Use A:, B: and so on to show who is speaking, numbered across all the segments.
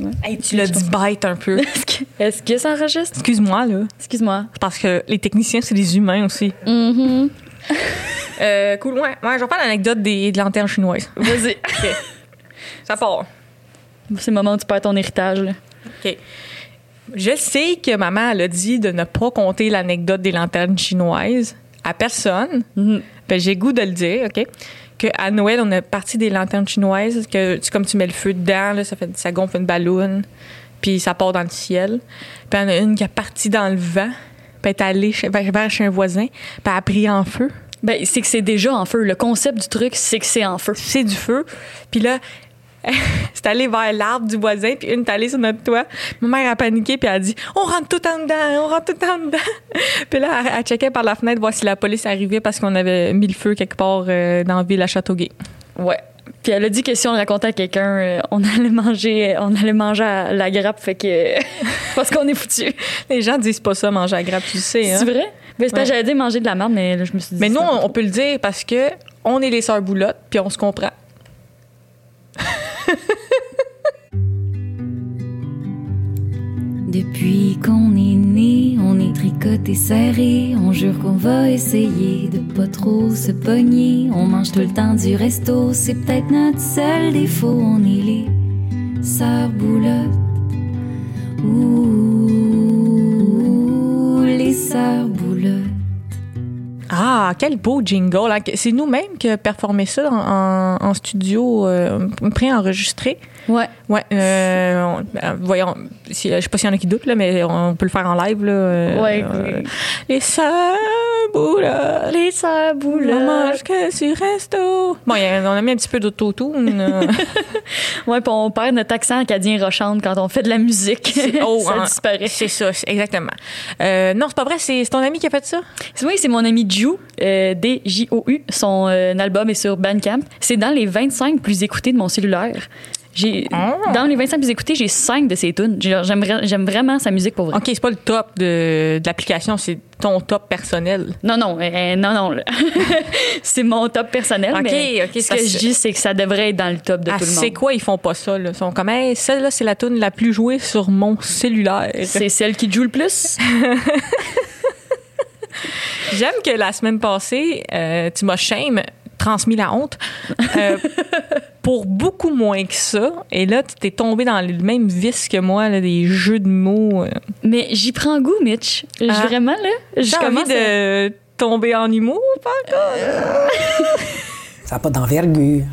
A: bête.
B: Tu l'as dit bête un peu.
A: Est-ce que, est-ce que ça enregistre?
B: Excuse-moi, là.
A: Excuse-moi.
B: C'est Parce que les techniciens, c'est des humains aussi. Mm-hmm.
A: Mhm.
B: Euh, cool, ouais. Ouais, je reprends l'anecdote des, de lanternes chinoises.
A: Vas-y.
B: Ça part.
A: C'est le moment où tu perds ton héritage. Là.
B: OK. Je sais que maman, elle a dit de ne pas compter l'anecdote des lanternes chinoises à personne. Ben, j'ai goût de le dire, OK? Que à Noël, on a parti des lanternes chinoises, que tu, comme tu mets le feu dedans, là, ça, fait, ça gonfle une ballonne, puis ça part dans le ciel. Puis il y en a une qui est partie dans le vent, puis elle est allée chez, vers, vers chez un voisin, puis elle a pris en feu.
A: Ben, c'est que c'est déjà en feu. Le concept du truc, c'est que c'est en feu.
B: C'est du feu. Puis là, c'est allé vers l'arbre du voisin, puis une est allée sur notre toit. Ma mère a paniqué, puis elle a dit On rentre tout en dedans, on rentre tout en dedans. puis là, elle, elle checkait par la fenêtre voir si la police arrivait parce qu'on avait mis le feu quelque part euh, dans la ville à Châteauguay.
A: Ouais. Puis elle a dit que si on le racontait à quelqu'un, euh, on allait manger, euh, on allait manger à la grappe, fait que parce qu'on est foutu.
B: Les gens disent pas ça, manger à grappe, tu le sais.
A: C'est
B: Hein?
A: vrai? Ben, c'est parce que
B: Ouais.
A: j'allais dire manger de la merde, mais là, je me suis dit.
B: Mais
A: c'est
B: nous,
A: un peu
B: on, on
A: trop.
B: peut le dire parce que on est les sœurs boulottes, puis on se comprend.
C: Depuis qu'on est né, on est tricoté serré. On jure qu'on va essayer de pas trop se pogner. On mange tout le temps du resto, c'est peut-être notre seul défaut. On est les sœurs boulottes. Ouh, les sœurs boulottes.
B: Ah, quel beau jingle. hein. C'est nous-mêmes qui a performé ça en, en- en studio euh, pré-enregistré.
A: Ouais.
B: Ouais, euh, on- euh, voyons, si, je sais pas s'il y en a qui doutent, là, mais on peut le faire en live. Là, euh,
A: Ouais.
B: euh, les sœurs boulottes,
A: Les sœurs
B: on
A: boulottes.
B: mange que sur resto. Bon, il y a- on a mis un petit peu d'autotune. euh.
A: Ouais, puis on perd notre accent acadien rochante quand on fait de la musique.
B: oh,
A: ça
B: hein.
A: disparaît.
B: c'est ça, c'est- exactement. Euh, non, c'est pas vrai, c'est c'est ton ami qui a fait ça?
A: Oui, c'est mon ami Jou, euh, D-J-O-U. Son euh, album est sur Bandcamp. C'est dans les 25 plus écoutés de mon cellulaire. J'ai,
B: Oh.
A: Dans les 25 plus écoutés, j'ai 5 de ses tunes. J'ai- J'aime, vra- j'aime vraiment sa musique pour vrai.
B: Ok, c'est pas le top de, de l'application, c'est ton top personnel.
A: Non, non, euh, non, non. là. c'est mon top personnel.
B: Ok,
A: mais
B: ok,
A: Ce
B: parce
A: que je
B: que-
A: dis, c'est que ça devrait être dans le top de
B: Ah,
A: tout le
B: c'est
A: monde.
B: quoi, ils font pas ça, là? Ils sont comme, Hey, celle-là, c'est la tune la plus jouée sur mon cellulaire.
A: C'est celle qui joue le plus.
B: J'aime que la semaine passée, euh, tu m'as shame, transmis la honte, euh, pour beaucoup moins que ça. Et là, tu t'es tombé dans le même vice que moi, là, des jeux de mots. euh.
A: Mais j'y prends goût, Mitch. Je-
B: Ah.
A: Vraiment, là.
B: J'ai
A: Je
B: envie
A: commence à-
B: de tomber en humour, pas encore.
D: Ça n'a pas d'envergure.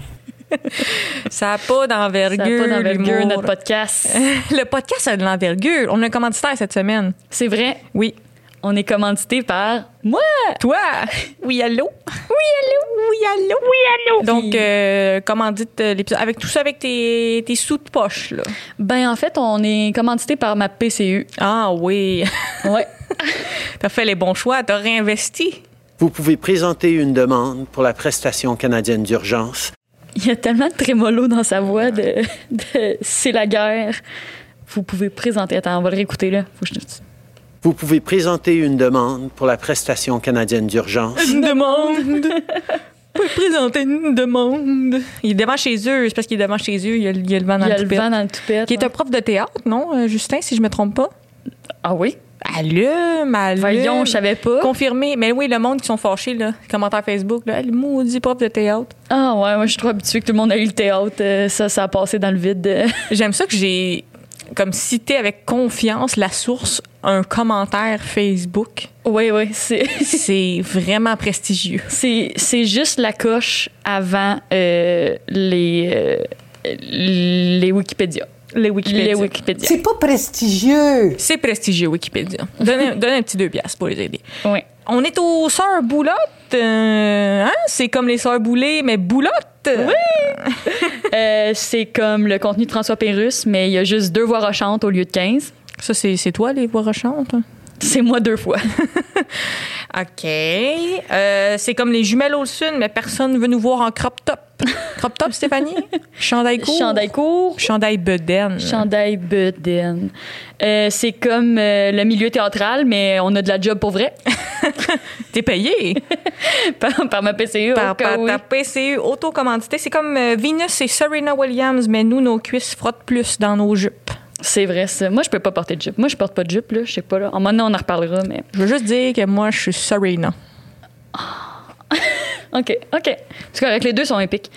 B: Ça n'a pas
A: Ça n'a
B: d'envergure.
A: pas d'envergure,
B: l'humour.
A: notre podcast.
B: Le podcast a de l'envergure. On a un commanditaire cette semaine.
A: C'est vrai,
B: Oui.
A: on est commandité par moi.
B: Toi? Euh, Oui, allô? Oui, allô? Oui, allô? Oui, allô? Donc, euh, comment dit l'épisode? Avec tout ça, avec tes, tes sous de poche, là.
A: Ben en fait, on est commandité par ma PCU.
B: Ah oui.
A: Ouais.
B: T'as fait les bons choix, t'as réinvesti.
E: Vous pouvez présenter une demande pour la prestation canadienne d'urgence.
A: Il y a tellement de trémolo dans sa voix de, de- c'est la guerre. Vous pouvez présenter. Attends, on va le réécouter là. Faut que je te dise.
E: Vous pouvez présenter une demande pour la prestation canadienne d'urgence.
B: Une demande. Vous pouvez présenter une demande. Il est devant chez eux, c'est parce qu'il est devant chez eux, il y a, il y a le vent dans
A: Il y a
B: le
A: le
B: toupette.
A: vent dans le toupette.
B: Qui est un prof de théâtre, non, euh, Justin, si je me trompe pas?
A: Ah oui?
B: Allume, allume.
A: Voyons, je savais pas.
B: Confirmé. Mais oui, le monde qui sont fâchés, là. Commentaire Facebook, là. Ah, Le maudit prof de théâtre.
A: Ah ouais, moi je suis trop habituée que tout le monde a eu le théâtre. Euh, Ça, ça a passé dans le vide.
B: J'aime ça que j'ai, comme, cité avec confiance la source, un commentaire Facebook.
A: Oui, oui, c'est,
B: C'est vraiment prestigieux.
A: c'est, c'est juste la coche avant euh, les, euh, les Wikipédia.
B: Les
A: Les Wikipédia.
D: C'est pas prestigieux.
B: C'est prestigieux, Wikipédia. Donnez, donnez un petit deux piastres pour les aider.
A: Oui.
B: On est aux sœurs boulottes. euh, hein? C'est comme les sœurs boulées, mais boulottes. Oui.
A: Euh, c'est comme le contenu de François Pérus, mais il y a juste deux voix rochantes au lieu de 15.
B: Ça, c'est c'est toi, les voix rochantes. hein?
A: C'est moi deux fois.
B: OK. Euh, c'est comme les jumelles au sud, mais personne ne veut nous voir en crop top. Crop top, Stéphanie? Chandail court?
A: Chandail court,
B: Chandail bedaine.
A: chandail beden. Euh, c'est comme euh, le milieu théâtral, mais on a de la job pour vrai
B: T'es payé
A: par, par ma PCU.
B: par,
A: au cas
B: par
A: où.
B: ta PCU auto-commandité. C'est comme euh, Venus et Serena Williams, mais nous, nos cuisses frottent plus dans nos jupes.
A: C'est vrai, ça. Moi, je peux pas porter de jupe. Moi, je porte pas de jupe, là. Je sais pas, là. En maintenant, on en reparlera, mais.
B: Je veux juste dire que moi, je suis Serena.
A: OK, OK. C'est correct, les deux sont épiques.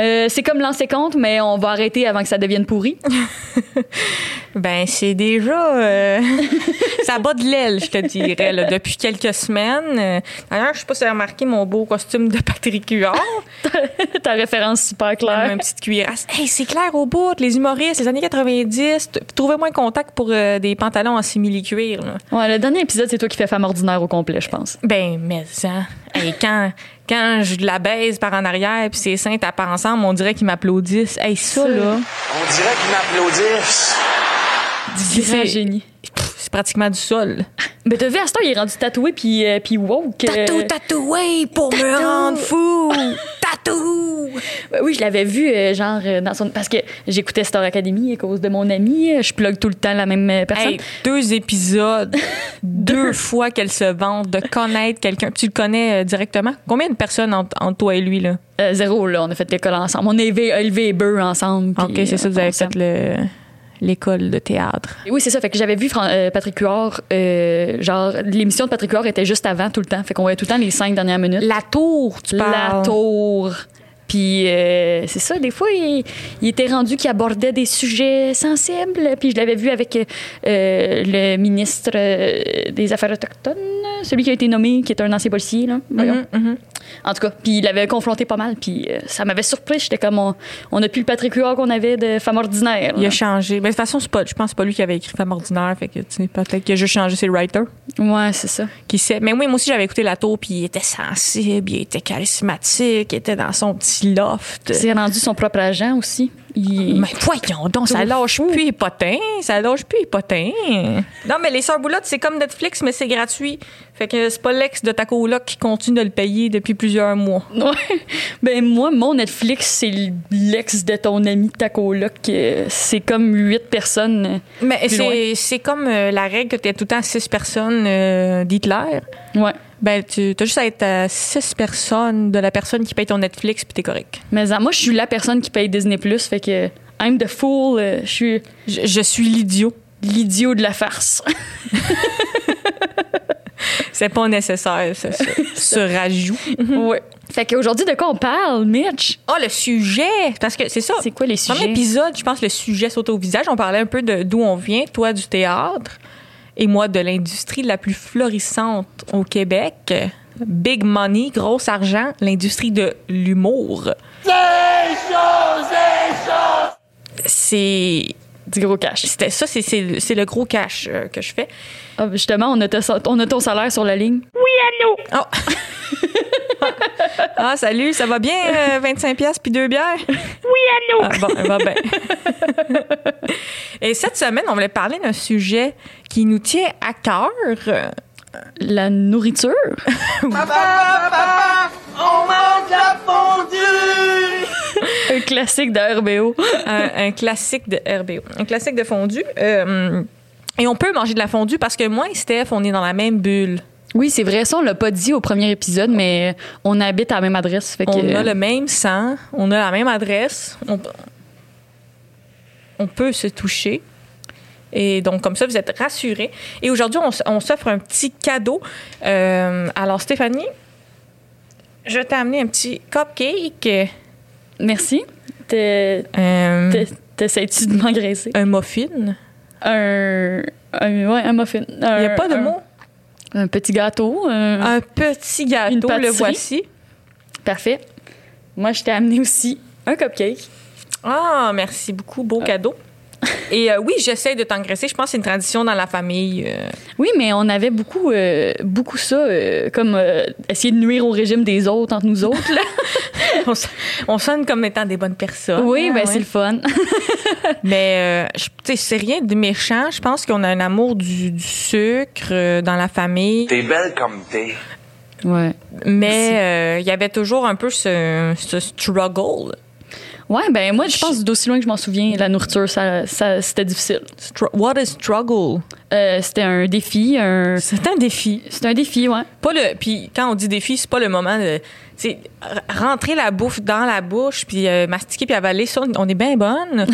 A: Euh, c'est comme lancer compte, mais on va arrêter avant que ça devienne pourri.
B: Ben, c'est déjà. euh, ça bat de l'aile, je te dirais, là, depuis quelques semaines. Euh, D'ailleurs, je sais pas si tu as remarqué mon beau costume de Patrick Huard.
A: Ta référence super
B: Une
A: claire.
B: petite cuirasse. Hey, c'est clair au bout, les humoristes, les années 90. t- Trouvez-moi un contact pour euh, des pantalons en simili-cuir. là.
A: Ouais, le dernier épisode, c'est toi qui fais femme ordinaire au complet, je pense.
B: Ben, mais ça. Hey, quand, quand je la baise par en arrière puis ses seins tapent ensemble, on dirait qu'ils m'applaudissent. Hey, ça,
A: Ça.
B: là,
F: On dirait qu'ils m'applaudissent.
A: C'est un
B: c'est-
A: génie.
B: pff, c'est pratiquement du sol.
A: Mais t'as vu, à ce temps, il est rendu tatoué puis, euh, puis woke. euh,
B: Tatou, tatoué pour me rendre fou. Tatou.
A: Ben Oui, je l'avais vu, euh, genre, euh, dans son. Parce que j'écoutais Star Academy à cause de mon ami. euh, Je plug tout le temps la même euh, personne.
B: Hey, deux épisodes, deux fois qu'elle se vante de connaître quelqu'un. Tu le connais euh, directement. Combien de personnes entre, entre toi et lui, là?
A: Euh, zéro, là, on a fait l'école ensemble. On a élevé, élevé les bœufs ensemble.
B: OK,
A: puis,
B: c'est ça,
A: euh,
B: vous avez
A: on s'aime.
B: fait le- l'école de théâtre.
A: Oui, c'est ça. Fait que j'avais vu Fran- euh, Patrick Huard. euh, genre, l'émission de Patrick Huard était juste avant tout le temps. Fait qu'on voyait tout le temps les cinq dernières minutes.
B: La tour, tu parles.
A: La tour. Puis euh, c'est ça, des fois, il, il était rendu qu'il abordait des sujets sensibles. Puis je l'avais vu avec euh, le ministre euh, des Affaires autochtones, celui qui a été nommé, qui est un ancien policier. Là. Voyons.
B: Mhm, mhm.
A: En tout cas, puis il l'avait confronté pas mal. Puis euh, ça m'avait surpris. J'étais comme, on on n'a plus le Patrick Huard qu'on avait de femme ordinaire.
B: Il
A: là.
B: a changé. Mais de toute façon, c'est pas, je pense que c'est pas lui qui avait écrit Femme ordinaire. Fait que, tu sais, peut-être qu'il a juste changé, c'est le writer
A: Ouais, c'est ça.
B: qui sait. Mais oui, moi aussi, j'avais écouté La Tour, puis il était sensible, il était charismatique, il était dans son petit loft.
A: C'est rendu son propre agent aussi. Il-
B: Mais voyons donc, ça lâche plus les potins. Ça lâche plus les potins. Non, mais les Sœurs Boulottes, c'est comme Netflix, mais c'est gratuit. Fait que c'est pas l'ex de ta coloc qui continue de le payer depuis plusieurs mois.
A: Ouais. Ben moi, mon Netflix, c'est l'ex de ton ami de ta coloc. Euh, C'est comme huit personnes.
B: Mais
A: Plus loin.
B: c'est c'est comme euh, la règle que t'es tout le temps six personnes euh, d'Hitler.
A: Ouais.
B: Ben, tu as juste à être à six personnes de la personne qui paye ton Netflix, puis t'es correct.
A: Mais euh, moi, je suis la personne qui paye Disney+. Fait que I'm the fool. euh, Je suis
B: Je, je suis l'idiot.
A: l'idiot de la farce.
B: C'est pas nécessaire, ça, ça, ce rajout.
A: ouais. Fait qu'aujourd'hui, de quoi on parle, Mitch?
B: Ah, le sujet! Parce que c'est ça.
A: C'est quoi les
B: Premier
A: sujets?
B: épisode, je pense le sujet saute au visage. On parlait un peu de d'où on vient, toi du théâtre et moi de l'industrie la plus florissante au Québec. Big money, gros argent, l'industrie de l'humour. C'est
A: Du gros cash.
B: c'était ça, c'est- c'est le c'est le gros cash euh, que je fais.
A: Ah, justement, on a, ta- on a ton salaire sur la ligne.
B: Oh. ah, salut, ça va bien, euh, 25 pièces puis deux bières? Oui, allô! Ah, bon, va bien. Et cette semaine, on voulait parler d'un sujet qui nous tient à cœur. Euh,
A: La nourriture?
F: On mange la fondue!
A: Un classique de RBO.
B: un, un classique de RBO, un classique de fondue. Euh, et on peut manger de la fondue parce que moi et Steph, on est dans la même bulle.
A: Oui, c'est vrai. Ça, on l'a pas dit au premier épisode, mais on habite à la même adresse. Fait que...
B: On a le même sang, on a la même adresse, on, on peut se toucher. Et donc, comme ça, vous êtes rassurés. Et aujourd'hui, on, s- on s'offre un petit cadeau. Euh, alors, Stéphanie, je t'ai amené un petit cupcake,
A: Merci. T'es-
B: euh,
A: t'es- T'essayes-tu de m'engraisser?
B: un muffin.
A: un, un, ouais, un muffin. Il
B: Il n'y a pas de
A: un,
B: mot.
A: Un petit gâteau. un-
B: Un petit
A: Une
B: gâteau, le
A: pâtisserie.
B: voici.
A: Parfait. Moi, je t'ai amené aussi un cupcake.
B: Ah, merci beaucoup, beau cadeau. Et euh, oui, j'essaie de t'engraisser. Je pense que c'est une tradition dans la famille. euh,
A: Oui, mais on avait beaucoup, euh, beaucoup ça, euh, comme euh, essayer de nuire au régime des autres entre nous autres. là.
B: on, s- on sonne comme étant des bonnes personnes.
A: oui, ben
B: Ah,
A: c'est
B: ouais.
A: le fun.
B: Mais euh, je- tu sais, c'est rien de méchant. Je pense qu'on a un amour du, du sucre euh, dans la famille.
F: T'es belle comme t'es.
A: ouais.
B: Mais euh, il y avait toujours un peu ce, ce struggle.
A: Ouais, ben moi, je pense d'aussi loin que je m'en souviens, la nourriture, ça, ça- c'était difficile.
B: Stru- What is struggle?
A: Euh, c'était un défi, un.
B: C'est un défi.
A: C'était un défi, ouais.
B: Pas le. Puis quand on dit défi, c'est pas le moment de. c'est r- rentrer la bouffe dans la bouche, puis euh, mastiquer, puis avaler ça, on est bien bonne.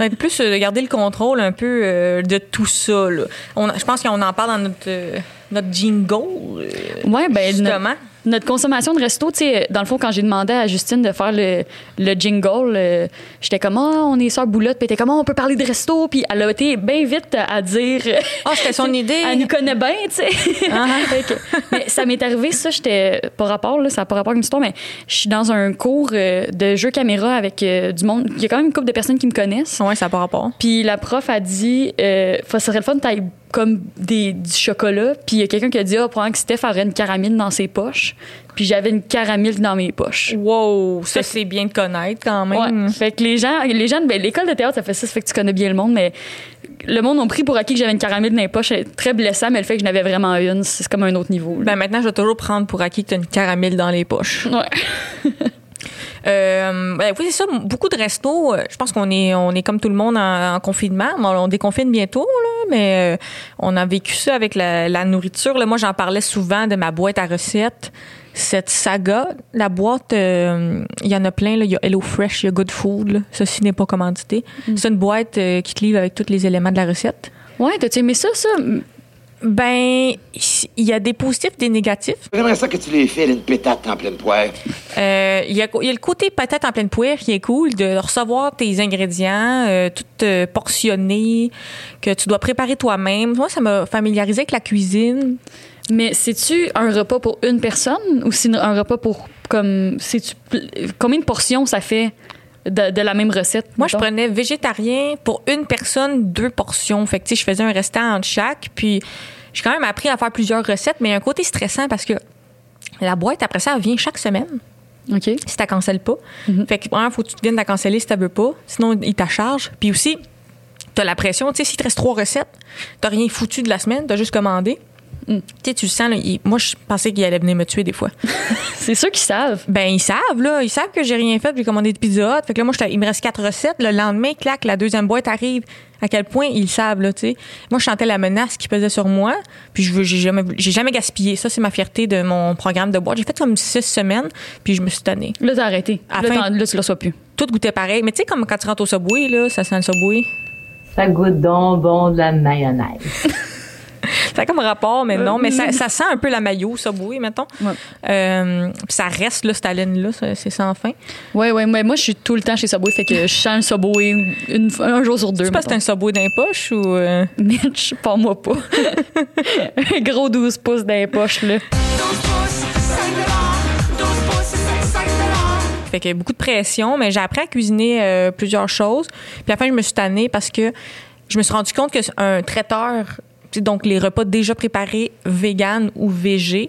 B: Être plus euh, de garder le contrôle un peu euh, de tout ça. là. On- je pense qu'on en parle dans notre, euh, notre jingle. euh,
A: Ouais, ben,
B: justement.
A: Notre, notre consommation de resto, tu sais, dans le fond, quand j'ai demandé à Justine de faire le, le jingle, euh, j'étais comme, ah, on est sœurs boulotte, puis elle était comme, Ah, on peut parler de resto, puis elle a été bien vite à dire.
B: Ah, c'était son idée.
A: Elle nous connaît bien, tu sais. Fait que- mais ça m'est arrivé, ça, j'étais pas rapport, là, ça n'a pas rapport avec une histoire, mais je suis dans un cours euh, de jeu caméra avec euh, du monde. Il y a quand même une couple de personnes qui me connaissent.
B: Ouais, ça n'a pas rapport.
A: Puis la prof a dit, euh, Faut- ça serait le fun, t'ailles comme des, du chocolat. Puis il y a quelqu'un qui a dit, ah, probablement que Steph aurait une caramel dans ses poches. Puis j'avais une caramel dans mes poches.
B: Wow, ça, c'est bien de connaître quand même.
A: Ouais. Fait que les gens, les gens, ben, l'école de théâtre, ça fait ça, ça fait que tu connais bien le monde, mais le monde ont pris pour acquis que j'avais une caramel dans les poches. C'est très blessant, mais le fait que je n'avais vraiment une, c'est comme un autre niveau. là.
B: Ben maintenant, je vais toujours prendre pour acquis que tu as une caramel dans les poches.
A: Ouais.
B: Euh, ben oui, c'est ça. Beaucoup de restos, euh, je pense qu'on est, on est comme tout le monde en, en confinement. Bon, on déconfine bientôt, là, mais euh, on a vécu ça avec la, la nourriture. Là. Moi, j'en parlais souvent de ma boîte à recettes. Cette saga, la boîte, euh, il y en a plein. là. Il y a Hello Fresh, il y a Good Food. là. Ceci n'est pas commandité. C'est une boîte euh, qui te livre avec tous les éléments de la recette.
A: Ouais, t'as-tu aimé ça, ça?
B: Ben, il y a des positifs, des négatifs.
G: J'aimerais ça que tu lui files une pétate en pleine poire.
B: Euh, Il y, a, il y a le côté patate en pleine poire qui est cool, de recevoir tes ingrédients, euh, tout euh, portionné, que tu dois préparer toi-même. Moi, ça m'a familiarisé avec la cuisine.
A: Mais c'est-tu un repas pour une personne ou c'est un repas pour, comme, c'est-tu, combien de portions ça fait de, de la même recette?
B: Moi, je
A: mettons?
B: prenais végétarien pour une personne, deux portions. Fait que, tu sais, je faisais un restant entre chaque. Puis, j'ai quand même appris à faire plusieurs recettes, mais il y a un côté stressant parce que la boîte, après ça, elle vient chaque semaine.
A: OK.
B: si tu cancelles pas. Fait que, premièrement, faut que tu viennes la canceller si tu veux pas. Sinon, ils t'a chargent. Puis aussi, tu as la pression. Tu sais, s'il te reste trois recettes, tu rien foutu de la semaine, tu as juste commandé. Tu sais, tu le sens, là, il- moi, je pensais qu'il allait venir me tuer des fois.
A: C'est ceux qui savent.
B: Ben, ils savent, là. Ils savent que j'ai rien fait, puis j'ai commandé de pizza. Hut. Fait que là, moi, j'étais- il me reste quatre recettes. Le lendemain, clac, la deuxième boîte arrive. À quel point ils le savent, là, tu sais. Moi, je sentais la menace qui pesait sur moi, puis je veux, j'ai jamais, voulu- j'ai jamais gaspillé. Ça, c'est ma fierté de mon programme de boîte. J'ai fait comme six semaines, puis je me suis tannée.
A: Là, t'as arrêté.
B: À
A: là,
B: fin-
A: t'en- là, tu le sois plus.
B: Tout goûtait pareil. Mais tu sais, comme quand tu rentres au Subway, là, ça sent le Subway.
H: Ça goûte donc bon de la mayonnaise.
B: Ça a comme rapport, mais non. Mais ça, ça sent un peu la maillot, Subway, mettons.
A: Ouais.
B: Euh, puis ça reste, là, cette haleine-là, ça- c'est sans fin.
A: Ouais, ouais, ouais. Moi, je suis tout le temps chez Subway, fait que je sens le Subway une, fois- un jour sur deux.
B: Je sais pas si c'est un Subway d'un poche ou... euh,
A: Mitch, pas moi pas. Un gros 12 pouces dans les poches, là.
I: 12 pouces, 5 12 pouces, c'est 5
B: Fait qu'il y a beaucoup de pression, mais j'ai appris à cuisiner euh, plusieurs choses. Puis à la fin, je me suis tannée parce que je me suis rendu compte que c'est un traiteur, tu sais, donc les repas déjà préparés vegan ou végé,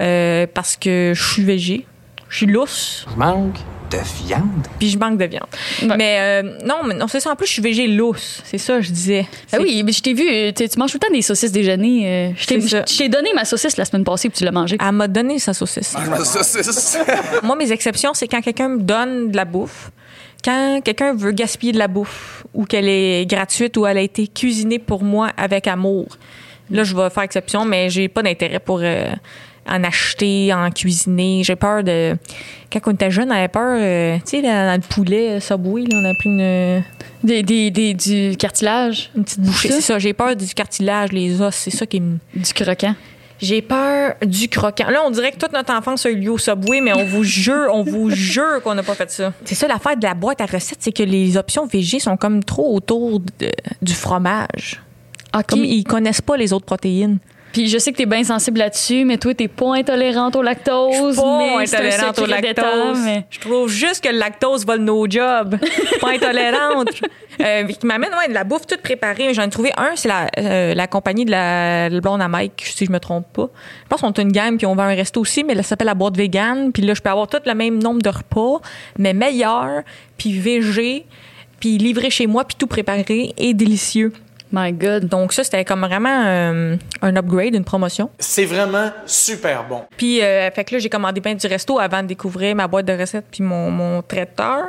B: euh, parce que je suis végé, je suis lousse. Je manque de viande. Puis je manque de viande.
A: Ouais.
B: Mais euh, non, mais non, c'est ça. En plus, je suis végé lousse. C'est ça, je disais.
A: Ah oui, mais je t'ai vu, euh, tu tu manges tout le temps des saucisses déjeuner. euh, Je t'ai-
B: C'est ça.
A: je t'ai donné ma saucisse la semaine passée, puis tu l'as mangée.
B: Elle m'a donné sa saucisse. Moi, mes exceptions, c'est quand quelqu'un me donne de la bouffe, quand quelqu'un veut gaspiller de la bouffe, ou qu'elle est gratuite, ou elle a été cuisinée pour moi avec amour. Là, je vais faire exception, mais j'ai pas d'intérêt pour euh, en acheter, en cuisiner. J'ai peur de. Quand on était jeune, on avait peur, euh, tu sais, dans, dans le poulet, ça Subway, là, on a pris une,
A: Des, des, des- du cartilage,
B: une petite bouchée. C'est ça, j'ai peur du cartilage, les os, c'est ça qui me.
A: du croquant.
B: J'ai peur du croquant. Là, on dirait que toute notre enfance a eu lieu au Subway, mais on vous jure, on vous jure qu'on n'a pas fait ça. C'est ça l'affaire de la boîte à recettes, c'est que les options végé sont comme trop autour de- du fromage.
A: Ah, OK.
B: Comme ils connaissent pas les autres protéines.
A: Puis je sais que t'es bien sensible là-dessus, mais toi, t'es pas intolérante au lactose. mais c'est un
B: intolérante
A: secret d'État, mais-
B: Je trouve juste que le lactose vole nos jobs. Je suis pas intolérante. Euh, qui m'amène ouais, de la bouffe toute préparée. J'en ai trouvé un, c'est la, euh, la compagnie de la le blonde à Mike, si je me trompe pas. Je pense qu'on a une gamme puis on vend un resto aussi, mais là, ça s'appelle la boîte vegan. Puis là, je peux avoir tout le même nombre de repas, mais meilleur, puis végé, puis livré chez moi, puis tout préparé et délicieux.
A: My God.
B: Donc ça, c'était comme vraiment euh, un upgrade, une promotion.
J: C'est vraiment super bon.
B: Puis, euh, fait que là, j'ai commandé plein du resto avant de découvrir ma boîte de recettes puis mon, mon traiteur.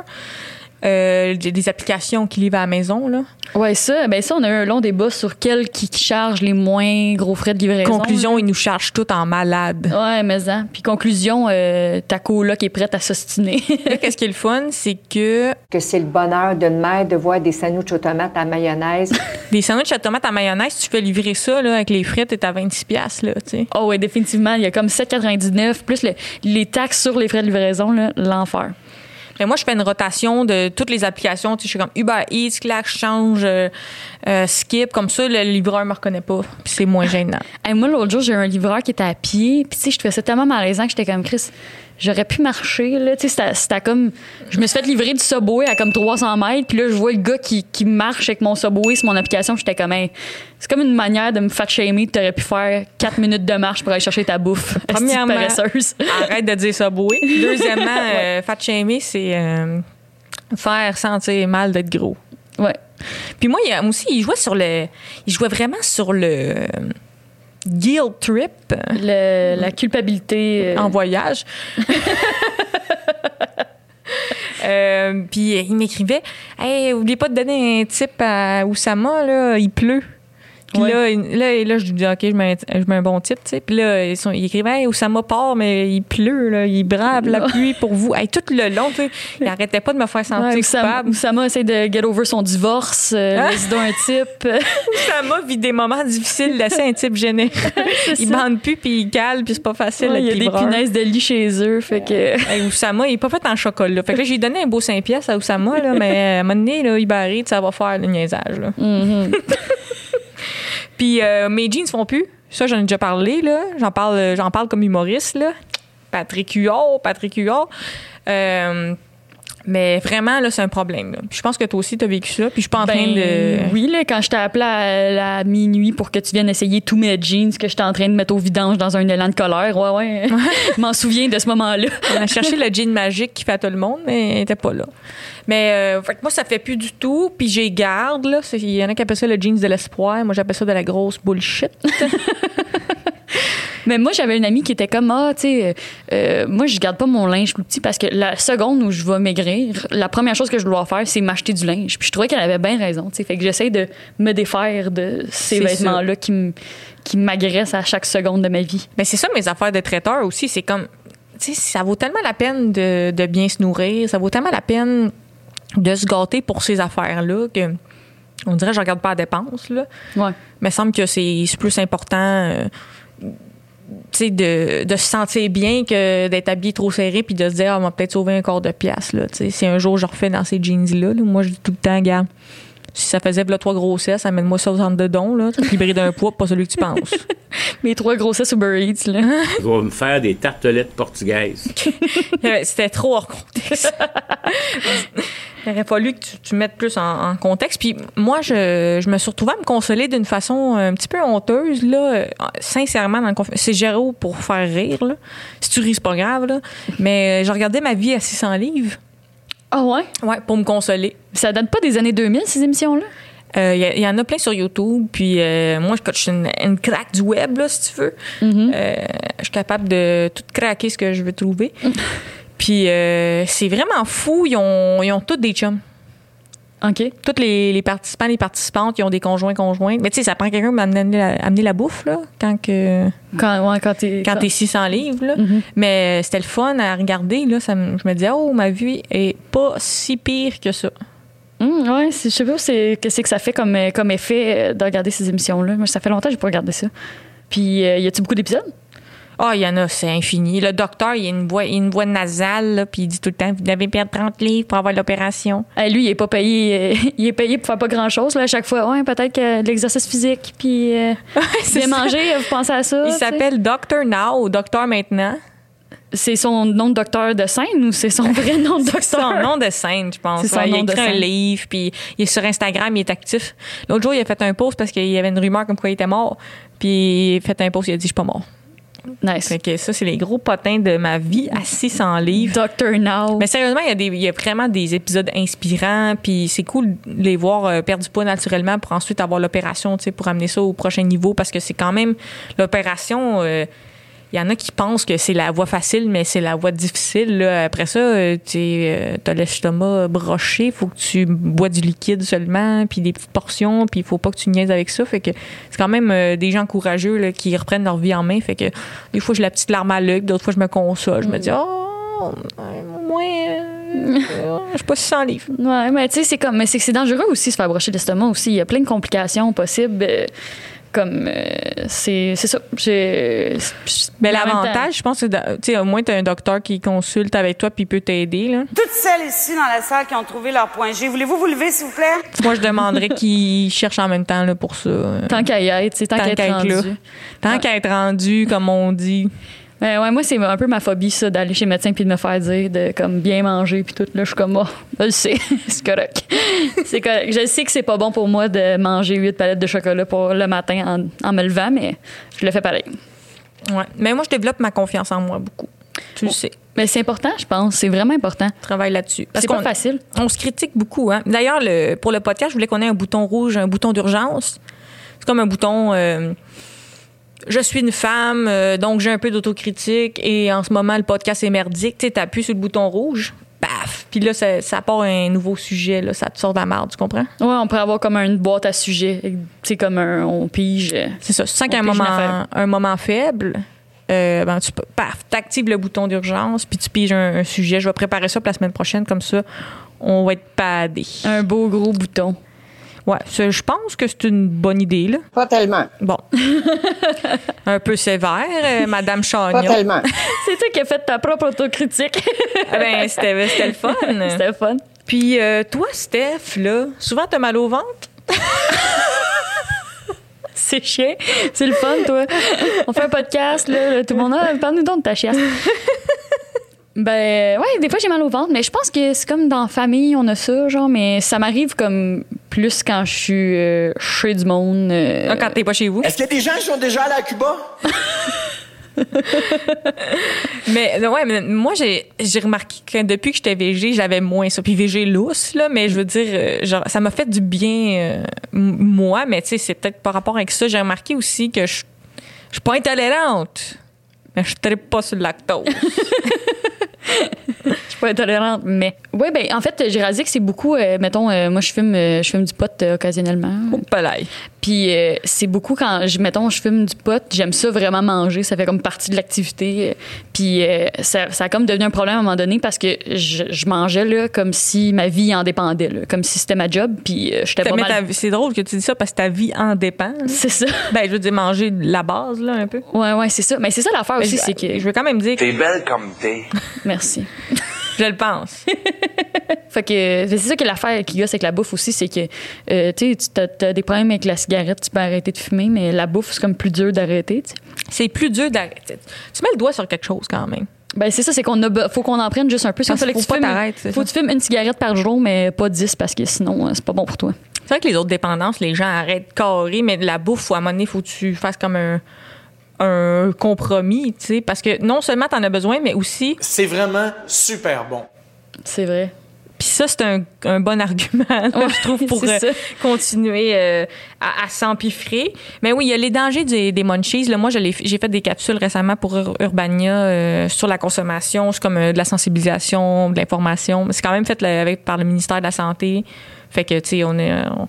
B: euh, j'ai des applications qui livrent à la maison. Là.
A: Ouais, ça, ben ça, on a eu un long débat sur quel qui charge les moins gros frais de livraison.
B: Conclusion, ils nous chargent tout en malade.
A: Ouais, mais hein. Puis conclusion, euh, ta coloc est prête à s'ostiner.
B: Là, qu'est-ce qui est le fun, c'est que
K: Que c'est le bonheur d'une mère de voir des sandwichs aux tomates à mayonnaise.
B: des sandwichs à tomates à mayonnaise, tu peux livrer ça là, avec les frites, t'es à 26$. piastres, Là, tu sais.
A: oh ouais, définitivement, il y a comme 7,99 plus le- les taxes sur les frais de livraison, là, l'enfer.
B: Mais moi, je fais une rotation de toutes les applications. Tu sais, je suis comme Uber Eats, Clac, je change, euh, euh, skip. Comme ça, le livreur me reconnaît pas. Puis c'est moins gênant.
A: Hey, moi, l'autre jour, j'ai eu un livreur qui était à pied. Puis, tu sais, je trouvais ça tellement malaisant que j'étais comme, Chris, j'aurais pu marcher. Là. Tu sais, c'était- c'était comme. Je me suis fait livrer du subway à comme 300 mètres. Puis là, je vois le gars qui, qui marche avec mon subway sur mon application. J'étais comme, Hey, c'est comme une manière de me fat shamer. Tu aurais pu faire 4 minutes de marche pour aller chercher ta bouffe. Esti de
B: Premièrement,
A: paresseuse.
B: Arrête de dire ça, Boé. Deuxièmement, euh, fat shamer, c'est euh, faire sentir mal d'être gros.
A: Ouais.
B: Puis moi, il y a- moi aussi, il jouait sur le. Il jouait vraiment sur le euh, guilt trip euh,
A: Le- la culpabilité. euh,
B: en voyage. Euh, puis euh, il m'écrivait Hey, oublie pas de donner un type à Oussama, là, il pleut. Puis
A: Ouais.
B: là, il- là, et là, je lui dis Ok, je mets, un- je mets un bon type, tu sais. Puis là, ils sont, il écrivait Hey, Oussama part, mais il pleut, là, il brave la pluie pour vous. Hey, tout le long, tu sais, il arrêtait pas de me faire sentir
A: ouais, Oussama,
B: coupable.
A: Oussama essaie de get over son divorce. Euh,
B: Ah.
A: laisse donc un type.
B: Oussama vit des moments difficiles, laissez un type gêné. il
A: ça.
B: bande plus, puis il cale, puis c'est pas facile.
A: Ouais, il y a
B: d'être
A: des
B: livreur.
A: punaises de lit chez eux. Fait que.
B: Hey, Ben, Oussama, il est pas fait en chocolat. Fait que là, j'ai donné un beau 5 pièces à Oussama, là, mais euh, à un moment donné, là, il barré, ça va faire le niaisage. Là. Puis euh, mes jeans font plus. Ça, j'en ai déjà parlé. là. J'en parle, euh, j'en parle comme humoriste. Là. Patrick Huard, Patrick Huard. Euh, mais vraiment, là, c'est un problème. là. Puis Je pense que toi aussi, tu as vécu ça. Puis je suis pas en train
A: Ben,
B: de.
A: Oui, là, quand je t'ai appelé à, à minuit pour que tu viennes essayer tous mes jeans que j'étais en train de mettre au vidange dans un élan de colère, ouais, ouais. je m'en souviens de ce moment-là.
B: On a cherché le jean magique qui fait à tout le monde, mais il était pas là. Mais euh, fait que moi, ça fait plus du tout. Puis j'ai garde, là. C'est- Il y en a qui appellent ça le jeans de l'espoir. Moi, j'appelle ça de la grosse bullshit.
A: Mais moi, j'avais une amie qui était comme, ah, tu sais, euh, moi, je garde pas mon linge plus petit parce que la seconde où je vais maigrir, la première chose que je dois faire, c'est m'acheter du linge. Puis je trouvais qu'elle avait bien raison, tu sais. Fait que j'essaie de me défaire de ces
B: C'est
A: vêtements-là qui m- qui m'agressent à chaque seconde de ma vie.
B: Mais c'est ça, mes affaires de traiteur aussi. C'est comme, tu sais, ça vaut tellement la peine de, de bien se nourrir. Ça vaut tellement la peine de se gâter pour ces affaires-là que. On dirait que je regarde pas la dépense, là.
A: Ouais.
B: Mais il semble que c'est c'est plus important euh, tu sais, de, de se sentir bien que d'être habillé trop serré puis de se dire, ah, on va peut-être sauver un quart de pièce. Là, tu sais. si un jour je refais dans ces jeans-là, là, moi je dis tout le temps, gars, si ça faisait là, trois grossesses, amène-moi ça aux centre de dons, là, tu libéré d'un poids, pas celui que tu penses.
A: Mes trois grossesses Uber Eats, là.
L: Ils vont me faire des tartelettes portugaises.
B: Euh, C'était trop hors contexte. Il aurait fallu que tu, tu mettes plus en, en contexte. Puis moi, je, je me suis retrouvée à me consoler d'une façon euh, un petit peu honteuse, là, euh, sincèrement, dans le conf- C'est Géraud pour faire rire, là. Si tu ris, c'est pas grave, là. Mais euh, je regardais ma vie à 600 livres,
A: Ah ouais?
B: ouais, pour me consoler.
A: Ça date pas des années 2000, ces émissions-là?
B: Euh, Il y a- il y, en a plein sur YouTube. Puis euh, moi, je je suis une, une craque du web, là, si tu veux. Euh, je suis capable de tout craquer ce que je veux trouver. Puis euh, c'est vraiment fou. Ils ont, ils ont tous des chums.
A: OK.
B: Tous les, les participants, les participantes, ils ont des conjoints, conjointes. Mais tu sais, ça prend quelqu'un pour amener la, amener la bouffe, là, quand, que,
A: Quand, ouais, quand t'es.
B: quand t'es 600 livres. là.
A: Mhm.
B: Mais c'était le fun à regarder. Là, ça, me- je me disais, oh, ma vie est pas si pire que ça.
A: Hum, ouais, c'est- je sais pas c'est qu'est-ce que ça fait comme, euh, comme effet euh, de regarder ces émissions-là. Moi, ça fait longtemps que j'ai pas regardé ça. Puis, euh, y a-tu beaucoup d'épisodes?
B: Ah, il y en a, c'est infini. Le docteur, il a une voix, il a une voix nasale, là, puis il dit tout le temps, vous devez perdre 30 livres pour avoir l'opération.
A: Eh, lui, il est pas payé. euh, il est payé pour faire pas grand-chose, là, à chaque fois. Ouais, peut-être que de l'exercice physique, puis euh,
B: c'est
A: bien
B: ça.
A: manger, euh, vous pensez à ça. tu
B: Il
A: sais.
B: s'appelle Docteur Now, ou Docteur Maintenant.
A: C'est son nom de docteur de scène ou c'est son vrai nom de docteur?
B: C'est son nom de scène, je pense.
A: C'est son
B: Ouais, il a
A: nom de
B: écrit un
A: scène.
B: livre, puis il est sur Instagram, il est actif. L'autre jour, il a fait un post parce qu'il y avait une rumeur comme quoi il était mort, puis il a fait un post, il a dit, je suis pas mort.
A: Nice.
B: Fait que ça, c'est les gros potins de ma vie à 600 livres.
A: Docteur Now.
B: Mais sérieusement, il y, a des, il y a vraiment des épisodes inspirants, puis c'est cool de les voir euh, perdre du poids naturellement pour ensuite avoir l'opération, tu sais, pour amener ça au prochain niveau, parce que c'est quand même l'opération. euh, Il y en a qui pensent que c'est la voie facile, mais c'est la voie difficile. là. Après ça, euh, tu as l'estomac broché, faut que tu bois du liquide seulement, puis des petites portions, puis il faut pas que tu niaises avec ça. Fait que c'est quand même euh, des gens courageux là, qui reprennent leur vie en main. Fait que des fois, j'ai la petite larme à l'œil, d'autres fois, je me console. Je me dis, oh, au moins, euh, je suis pas si sans livres.
A: Ouais, mais tu sais, c'est comme. Mais c'est que c'est dangereux aussi se faire brocher l'estomac aussi. Il y a plein de complications possibles. euh, Comme. euh, c'est c'est ça. J'ai-
B: Mais
A: en même temps-
B: l'avantage, je pense, c'est de- tu sais, au moins, tu as un docteur qui consulte avec toi puis il peut t'aider. là.
M: Toutes celles ici dans la salle qui ont trouvé leur point G, voulez-vous vous lever, s'il vous plaît?
B: Moi, je demanderais qu'il cherche en même temps là, pour ça. euh.
A: Tant qu'à y être, tu sais, tant qu'à être rendu.
B: Tant qu'à être rendu, comme on dit.
A: Ben ouais, moi, c'est un peu ma phobie, ça, d'aller chez le médecin puis de me faire dire de comme bien manger puis tout. Là, je suis comme, oh, je le sais, c'est correct. c'est correct. Je sais que c'est pas bon pour moi de manger huit palettes de chocolat pour le matin en, en me levant, mais je le fais pareil.
B: Ouais. Mais moi, je développe ma confiance en moi beaucoup. Tu le sais.
A: Mais c'est important, je pense. C'est vraiment important.
B: Travaille là-dessus.
A: C'est pas
B: qu'on-
A: facile.
B: On se critique beaucoup. Hein? D'ailleurs, le- pour le podcast, je voulais qu'on ait un bouton rouge, un bouton d'urgence. C'est comme un bouton. euh, je suis une femme, euh, donc j'ai un peu d'autocritique et en ce moment, le podcast est merdique. Tu sais, t'appuies sur le bouton rouge, paf! Puis là, ça, ça part un nouveau sujet, là, ça te sort de la marde, tu comprends?
A: Ouais, on pourrait avoir comme une boîte à sujet. C'est comme un. On pige. euh,
B: C'est ça. Tu sens
A: On
B: qu'un
A: pige une
B: moment,
A: affaire.
B: un moment faible, euh, ben, tu peux- paf, t'actives le bouton d'urgence, puis tu piges un, un sujet. Je vais préparer ça pour la semaine prochaine, comme ça, on va être padés.
A: Un beau gros bouton.
B: Ouais, ça, je pense que c'est une bonne idée, là.
N: Pas tellement.
B: Bon. un peu sévère, euh, Madame Chagnon.
N: Pas tellement.
A: c'est toi qui as fait ta propre autocritique.
B: Ah ben, c'était c'était le fun.
A: C'était le fun.
B: Puis euh, toi, Steph, là, souvent t'as mal au ventre?
A: C'est chiant. C'est le fun, toi. On fait un podcast, là, là, tout le monde. Ah, Parle-nous donc de ta chiasse. Ben, ouais, des fois j'ai mal au ventre, mais je pense que c'est comme dans la famille, on a ça, genre, mais ça m'arrive comme plus quand je suis euh, chez du monde. euh,
B: Ah, quand t'es pas chez vous.
F: Est-ce qu'il y a des gens qui sont déjà allés à Cuba?
B: Mais euh, ouais, mais moi j'ai j'ai remarqué que depuis que j'étais VG, j'avais moins ça. Puis VG lousse là, mais je veux dire, euh, genre, ça m'a fait du bien euh, m- moi, mais tu sais, c'est peut-être par rapport avec ça. J'ai remarqué aussi que je je suis pas intolérante, mais je tripe pas sur le lactose.
A: Je suis pas intolérante, mais. Ouais, ben, en fait, j'ai réalisé que c'est beaucoup. euh, mettons, euh, moi, je fume, euh, je fume du pot euh, occasionnellement. Puis, euh, c'est beaucoup quand, je, mettons, je fume du pot, j'aime ça vraiment manger. Ça fait comme partie de l'activité. euh, Puis, euh, ça, ça a comme devenu un problème à un moment donné parce que je, je mangeais, là, comme si ma vie en dépendait, là, comme si c'était ma job. Puis, euh, j'étais
B: Ça
A: pas
B: met
A: mal.
B: ta- C'est drôle que tu dis ça parce que ta vie en dépend.
A: C'est ça.
B: Ben, je veux dire, manger de la base, là, un peu.
A: Ouais, ouais, c'est ça. Mais c'est ça l'affaire
B: Mais
A: aussi,
B: je-
A: c'est que.
B: Je veux quand même dire.
F: T'es belle comme t'es.
A: Merci.
B: Je le pense.
A: Fait que euh, c'est ça que l'affaire qui gosse avec la bouffe aussi, c'est que euh, tu sais, tu t'as- t'as des problèmes avec la cigarette, tu peux arrêter de fumer, mais la bouffe, c'est comme plus dur d'arrêter. tu sais.
B: C'est plus dur d'arrêter. Tu mets le doigt sur quelque chose quand même.
A: Ben c'est ça, c'est qu'on a be- faut qu'on en prenne juste un peu. C'est
B: Ah,
A: pour ça
B: faut
A: que tu
B: pas
A: fumes-
B: t'arrêtes, c'est
A: Faut que
B: ça.
A: tu fumes une cigarette par jour, mais pas 10 parce que sinon euh, c'est pas bon pour toi.
B: C'est vrai que les autres dépendances, les gens arrêtent carré, mais de la bouffe, faut, à un moment donné, faut que tu fasses comme un, un compromis, tu sais, parce que non seulement t'en as besoin, mais aussi.
J: C'est vraiment super bon.
A: C'est vrai.
B: Puis ça, c'est un, un bon argument, là,
A: Ouais,
B: je trouve, pour
A: c'est
B: euh,
A: ça.
B: continuer euh, à, à s'empiffrer. Mais oui, il y a les dangers des, des munchies. Là, moi, je l'ai- j'ai fait des capsules récemment pour Ur- Urbania euh, sur la consommation. C'est comme euh, de la sensibilisation, de l'information. C'est quand même fait là, avec, par le ministère de la Santé. Fait que, tu sais, on est... on-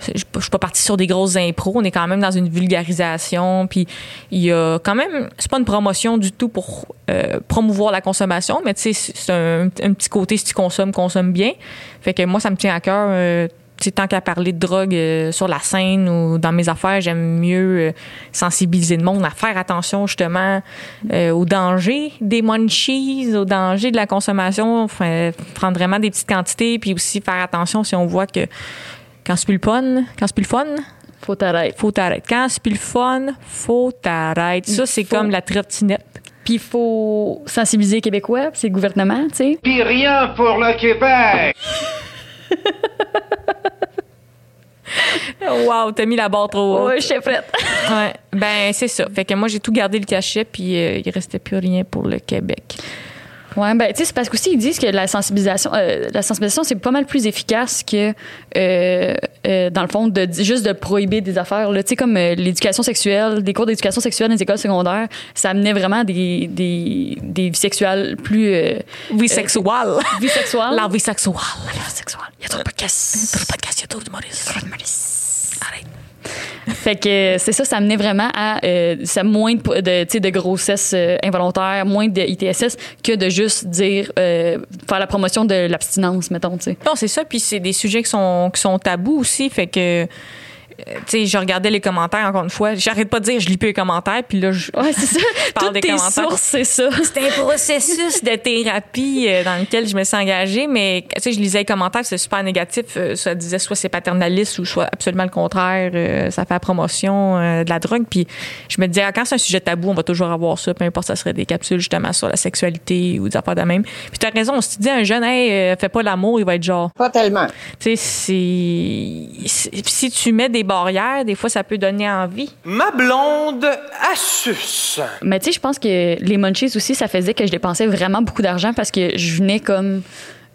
B: c'est- je je suis pas partie sur des grosses impros. On est quand même dans une vulgarisation. Puis il y a quand même, c'est pas une promotion du tout pour euh, promouvoir la consommation, mais tu sais, c'est c'est un, un petit côté si tu consommes, consomme bien. Fait que moi, ça me tient à cœur. euh, tu sais, tant qu'à parler de drogue euh, sur la scène ou dans mes affaires, j'aime mieux euh, sensibiliser le monde à faire attention justement euh, au danger des munchies, au danger de la consommation. Enfin, prendre vraiment des petites quantités, puis aussi faire attention si on voit que quand c'est plus le fun, quand c'est plus le fun,
A: faut t'arrêter.
B: Faut t'arrêter. Quand c'est plus le fun, faut t'arrêter. Ça, c'est
A: Faut-
B: comme la trottinette.
A: Puis il faut sensibiliser les Québécois, puis c'est le gouvernement, tu sais.
I: Puis rien pour le Québec.
B: Wow, t'as mis la barre trop haute.
A: Ouais, j'étais Oh, prête.
B: Ouais. Ben, c'est ça. Fait que moi, j'ai tout gardé le cachet, puis euh, il restait plus rien pour le Québec.
A: Oui, ben, tu sais, c'est parce qu'aussi, ils disent que la sensibilisation, euh, la sensibilisation, c'est pas mal plus efficace que, euh, euh, dans le fond, de, juste de prohiber des affaires. Tu sais, comme euh, l'éducation sexuelle, des cours d'éducation sexuelle dans les écoles secondaires, ça amenait vraiment des, des, des vies sexuelles plus. euh,
B: vie sexuelle.
A: vie sexuelle.
B: La vie sexuelle.
A: La vie sexuelle. Il y a trop de podcasts.
B: Ah. Il y a trop de podcasts, il y a trop de Maurice.
A: Il y a trop de Maurice. Arrête. fait que euh, c'est ça, ça amenait vraiment à euh, ça, moins de, de, t'sais, de grossesse euh, involontaire, moins de ITSS que de juste dire euh, faire la promotion de l'abstinence, mettons. T'sais.
B: Non, c'est ça. Puis c'est des sujets qui sont, qui sont tabous aussi. Fait que. T'sais, je regardais les commentaires encore une fois. J'arrête pas de dire je lis plus les commentaires, puis là, je,
A: ouais, c'est ça.
B: je parle
A: Toutes
B: des
A: tes
B: commentaires.
A: sources, c'est ça.
B: C'est un processus de thérapie euh, dans lequel je me suis engagée, mais tu sais, je lisais les commentaires, c'est super négatif. Euh, Ça disait soit c'est paternaliste ou soit absolument le contraire. euh, ça fait la promotion euh, de la drogue. Puis je me disais, ah, quand c'est un sujet tabou, on va toujours avoir ça, peu importe, ça serait des capsules justement sur la sexualité ou des affaires de même. Puis t'as raison, si tu dis à un jeune, hey, euh, fais pas l'amour, il va être genre.
M: Pas tellement.
B: Tu sais, c'est. c'est- puis Si tu mets des barrières, des fois, ça peut donner envie.
J: Ma blonde Assus.
A: Mais tu sais, je pense que les munchies aussi, ça faisait que je dépensais vraiment beaucoup d'argent parce que je venais comme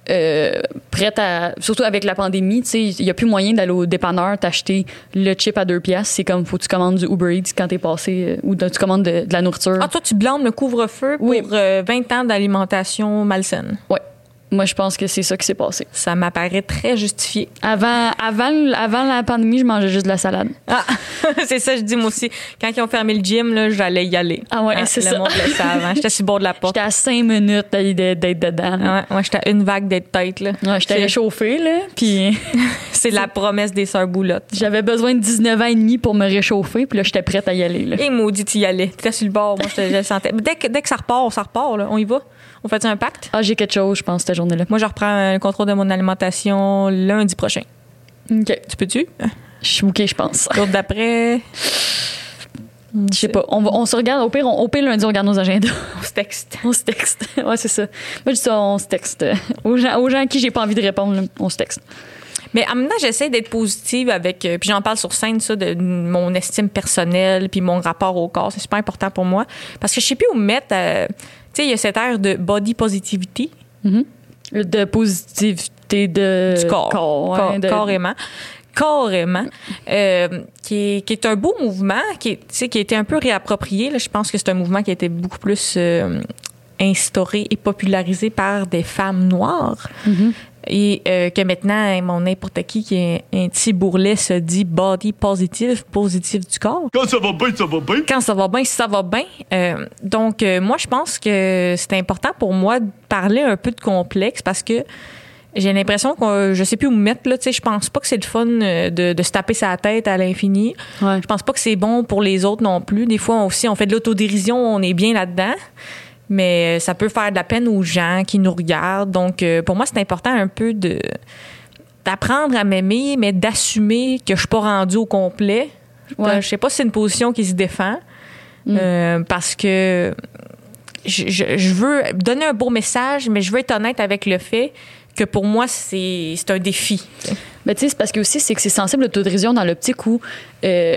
A: euh, prête à. Surtout avec la pandémie, tu sais, il n'y a plus moyen d'aller au dépanneur, t'acheter le chip à deux piastres. C'est comme, faut que tu commandes du Uber Eats quand t'es passé euh, ou de- tu commandes de, de la nourriture.
B: Ah, toi, tu blâmes le couvre-feu pour
A: Hein. Oui.
B: euh, 20 ans d'alimentation malsaine.
A: Ouais. Moi, je pense que c'est ça qui s'est passé.
B: Ça m'apparaît très justifié.
A: Avant, avant, le- avant la pandémie, je mangeais juste de la salade.
B: Ah, c'est ça, je dis moi aussi. Quand ils ont fermé le gym, là, j'allais y aller.
A: Ah ouais,
B: Hein,
A: c'est
B: le
A: ça.
B: monde le savent, hein. J'étais sur le bord de la porte. Ah
A: J'étais à cinq minutes d'aller- de- d'être dedans. hein. là.
B: Ouais, ouais, j'étais à une vague d'être tête. Là.
A: Ouais, j'étais
B: C'est-
A: réchauffée, là. Puis
B: C'est la promesse des sœurs boulottes.
A: j'avais besoin de 19 ans et demi pour me réchauffer. Puis là, j'étais prête à y aller, là.
B: Et maudit, tu y allais. T'étais sur le bord, moi, je, te- je le sentais. Mais Dès que, dès que ça repart, ça repart, là. on y va. On fait un pacte.
A: Ah, j'ai quelque chose, je pense, cette journée-là.
B: Moi, je reprends le contrôle de mon alimentation lundi prochain.
A: OK.
B: Tu peux-tu?
A: Je suis bouquée, je pense.
B: L'autre d'après,
A: Je sais pas. On, va- on se regarde. Au pire, on, au pire, lundi, on regarde nos agendas.
B: on se texte.
A: On se texte. Ouais, c'est ça. Moi, je dis ça, on se texte. Aux gens, aux gens à qui j'ai pas envie de répondre, là, on se texte.
B: Mais en même temps, j'essaie d'être positive avec. euh, puis j'en parle sur scène, ça, de mon estime personnelle, puis mon rapport au corps. C'est super important pour moi. Parce que je sais plus où me mettre. euh, tu sais, il y a cette ère de body positivity
A: De positivité de...
B: du corps.
A: euh, ouais,
B: Cor-
A: de-
B: Carrément. Carrément. Euh, qui, est, qui est un beau mouvement, qui, est, tu sais, qui a été un peu réapproprié. là. Je pense que c'est un mouvement qui a été beaucoup plus euh, instauré et popularisé par des femmes noires.
A: Mm-hmm.
B: Et euh, que maintenant, hein, mon n'importe qui qui est un petit bourrelet se dit body positive, positive du corps.
J: Quand ça va bien, ça va bien.
B: Quand ça va bien, ça va bien. Euh, donc, euh, moi, je pense que c'est important pour moi de parler un peu de complexe parce que j'ai l'impression que je sais plus où me mettre. Là, Tu sais, je pense pas que c'est le fun euh, de, de se taper sa tête à l'infini.
A: Ouais.
B: Je pense pas que c'est bon pour les autres non plus. Des fois aussi, on fait de l'autodérision, on est bien là-dedans. Mais euh, ça peut faire de la peine aux gens qui nous regardent. Donc, euh, pour moi, c'est important un peu de d'apprendre à m'aimer, mais d'assumer que je suis pas rendue au complet.
A: Ouais.
B: Euh, Je sais pas si c'est une position qui se défend. euh, parce que je, je- je veux donner un beau message, mais je veux être honnête avec le fait que pour moi, c'est c'est un défi.
A: Mais tu sais, c'est parce que aussi, c'est que c'est sensible l'autodérision dans l'optique où euh,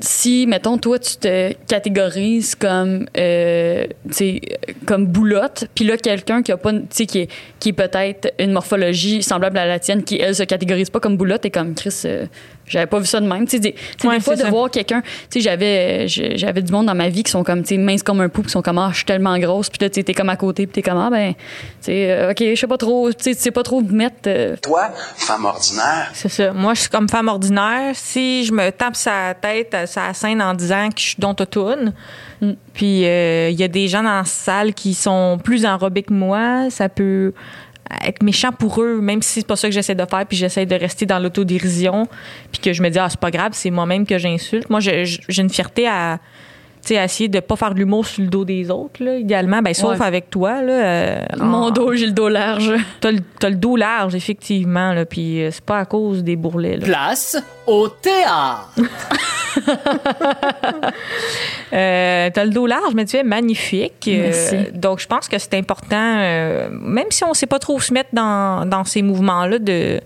A: si, mettons, toi, tu te catégorises comme, euh, tu sais, comme boulotte, puis là, quelqu'un qui a pas, une- tu sais, qui est, qui est peut-être une morphologie semblable à la tienne, qui, elle, se catégorise pas comme boulotte, et comme Chris, euh, j'avais pas vu ça de même. Tu sais, des- tu sais,
B: Ouais,
A: des fois,
B: c'est
A: de
B: ça.
A: voir quelqu'un, tu sais, j'avais, euh, j'ai- j'avais du monde dans ma vie qui sont comme, tu sais, minces comme un pou, qui sont comme, ah, je suis tellement grosse, puis là, tu sais, t'es comme à côté, puis t'es comme, ah, ben, tu sais, euh, ok, je sais pas trop, tu sais, tu sais pas trop où te mettre. euh,
F: Toi, femme ordinaire,
B: C'est ça. Moi, je suis comme femme ordinaire. Si je me tape sa tête, euh, sa scène en disant que je suis tourne
A: Mm.
B: puis euh, il y a des gens dans la salle qui sont plus enrobés que moi, ça peut être méchant pour eux, même si c'est pas ça que j'essaie de faire, puis j'essaie de rester dans l'autodérision, puis que je me dis, ah, c'est pas grave, c'est moi-même que j'insulte. Moi, je- je- j'ai une fierté à, tu sais, à essayer de pas faire de l'humour sur le dos des autres, là, idéalement, ben, sauf
A: Ouais.
B: avec toi. Là, euh, en-
A: Mon dos, j'ai le dos large.
B: T'as le, t'as le dos large, effectivement, là, puis euh, c'est pas à cause des bourrelets. là.
N: Place au théâtre.
B: Euh, T'as le dos large, mais tu es magnifique. Euh,
A: Merci.
B: donc, je pense que c'est important, euh, même si on ne sait pas trop où se mettre dans, dans ces mouvements-là, de-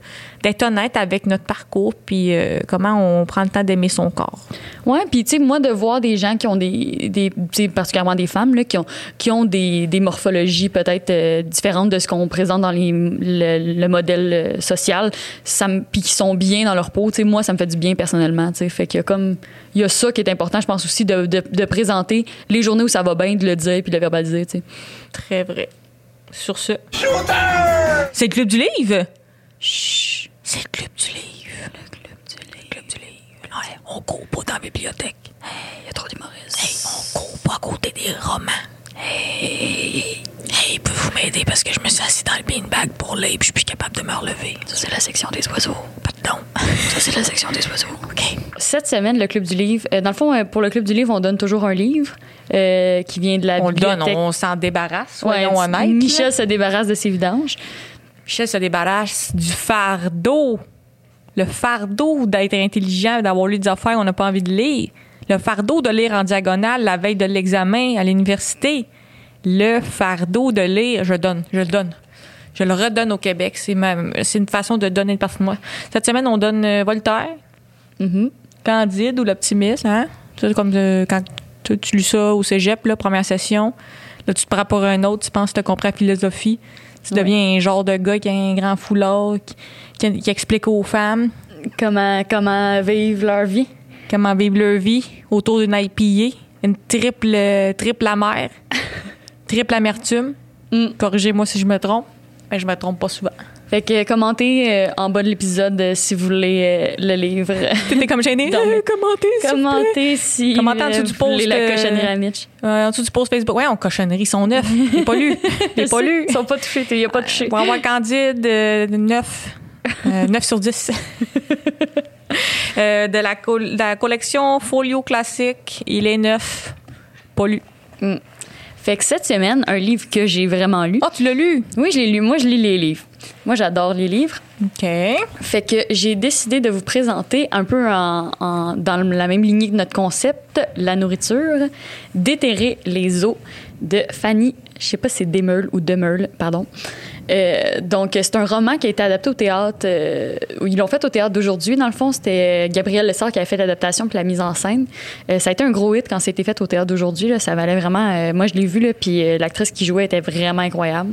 B: d'être honnête avec notre parcours puis euh, comment on prend le temps d'aimer son corps.
A: Ouais, puis tu sais, moi, de voir des gens qui ont des, des tu sais, particulièrement des femmes, là, qui ont, qui ont des, des morphologies peut-être euh, différentes de ce qu'on présente dans les, le, le modèle euh, social, ça me- puis qui sont bien dans leur peau, tu sais, moi, ça me fait du bien personnellement, tu sais. Fait qu'il y a comme, il y a ça qui est important, je pense aussi, de, de, de présenter les journées où ça va bien, de le dire puis de le verbaliser, tu sais.
B: Très vrai. Sur ce. C'est le club du livre? Chut! C'est le club du livre. Le club du livre. Le club du livre. Ouais, on court pas dans la bibliothèque. Il y a trop d'humoristes. Hey, on court pas à côté des romans. Hey, hey, pouvez-vous m'aider parce que je me suis assis dans le beanbag pour lire puis je suis plus capable de me relever. Ça, c'est la section des oiseaux. Pardon. Ça, c'est la section des oiseaux. OK.
A: Cette semaine, le Club du Livre, euh, dans le fond, euh, pour le Club du Livre, on donne toujours un livre euh, qui vient de la
B: On le donne,
A: bibliothèque.
B: on s'en débarrasse, soyons
A: Ouais,
B: honnêtes.
A: Michel se débarrasse de ses vidanges.
B: Michel se débarrasse du fardeau. Le fardeau d'être intelligent, d'avoir lu des affaires qu'on n'a pas envie de lire. Le fardeau de lire en diagonale la veille de l'examen à l'université. Le fardeau de lire, je donne, je le donne. Je le redonne au Québec. C'est ma- c'est une façon de donner de partie de moi. Cette semaine, on donne euh, Voltaire, Candide ou l'optimiste. Hein? Ça, C'est comme euh, quand tu, tu lis ça au cégep, là, première session. Là, tu te prends pour un autre, tu penses que tu as compris la philosophie. Tu deviens un genre de gars qui a un grand foulard, qui, qui- qui explique aux femmes
A: Comment, comment vivre leur vie.
B: comment vivre leur vie autour d'une IPA, une triple, euh, triple amère, triple amertume. Corrigez-moi si je me trompe, mais je me trompe pas souvent.
A: Fait que euh, commentez euh, en bas de l'épisode euh, si vous voulez euh, le livre.
B: T'étais comme gênée.
A: Non, mais-
B: Euh, commentez, s'il vous plaît.
A: commentez si
B: Commentez en
A: euh,
B: dessous du
A: vous voulez
B: post,
A: la
B: euh,
A: cochonnerie à Mitch.
B: Euh, en dessous du post Facebook. Ouais, on cochonnerie, ils sont neufs. J'ai pas lu. J'ai
A: Je
B: pas
A: sais,
B: lu.
A: Ils sont pas touchés. Il y a pas touché.
B: Pour avoir Candide, euh, 9. 9 sur 10. Euh, de, la col- de la collection Folio Classique, il est 9. Pas lu.
A: Fait que cette semaine, un livre que j'ai vraiment lu.
B: Oh, tu l'as lu?
A: Oui, je l'ai lu. Moi, je lis les livres. Moi, j'adore les livres.
B: OK.
A: Fait que j'ai décidé de vous présenter un peu en, en- dans la même lignée que notre concept, la nourriture, déterrer les os de Fanny, je sais pas si c'est Demeul ou Demeul, pardon. Euh, donc c'est un roman qui a été adapté au théâtre, euh, ils l'ont fait au théâtre d'aujourd'hui. Dans le fond, c'était Gabriel Lessard qui a fait l'adaptation puis la mise en scène. Euh, ça a été un gros hit quand c'était fait au théâtre d'aujourd'hui. là. Ça valait vraiment. euh, moi, je l'ai vu là, puis euh, l'actrice qui jouait était vraiment incroyable.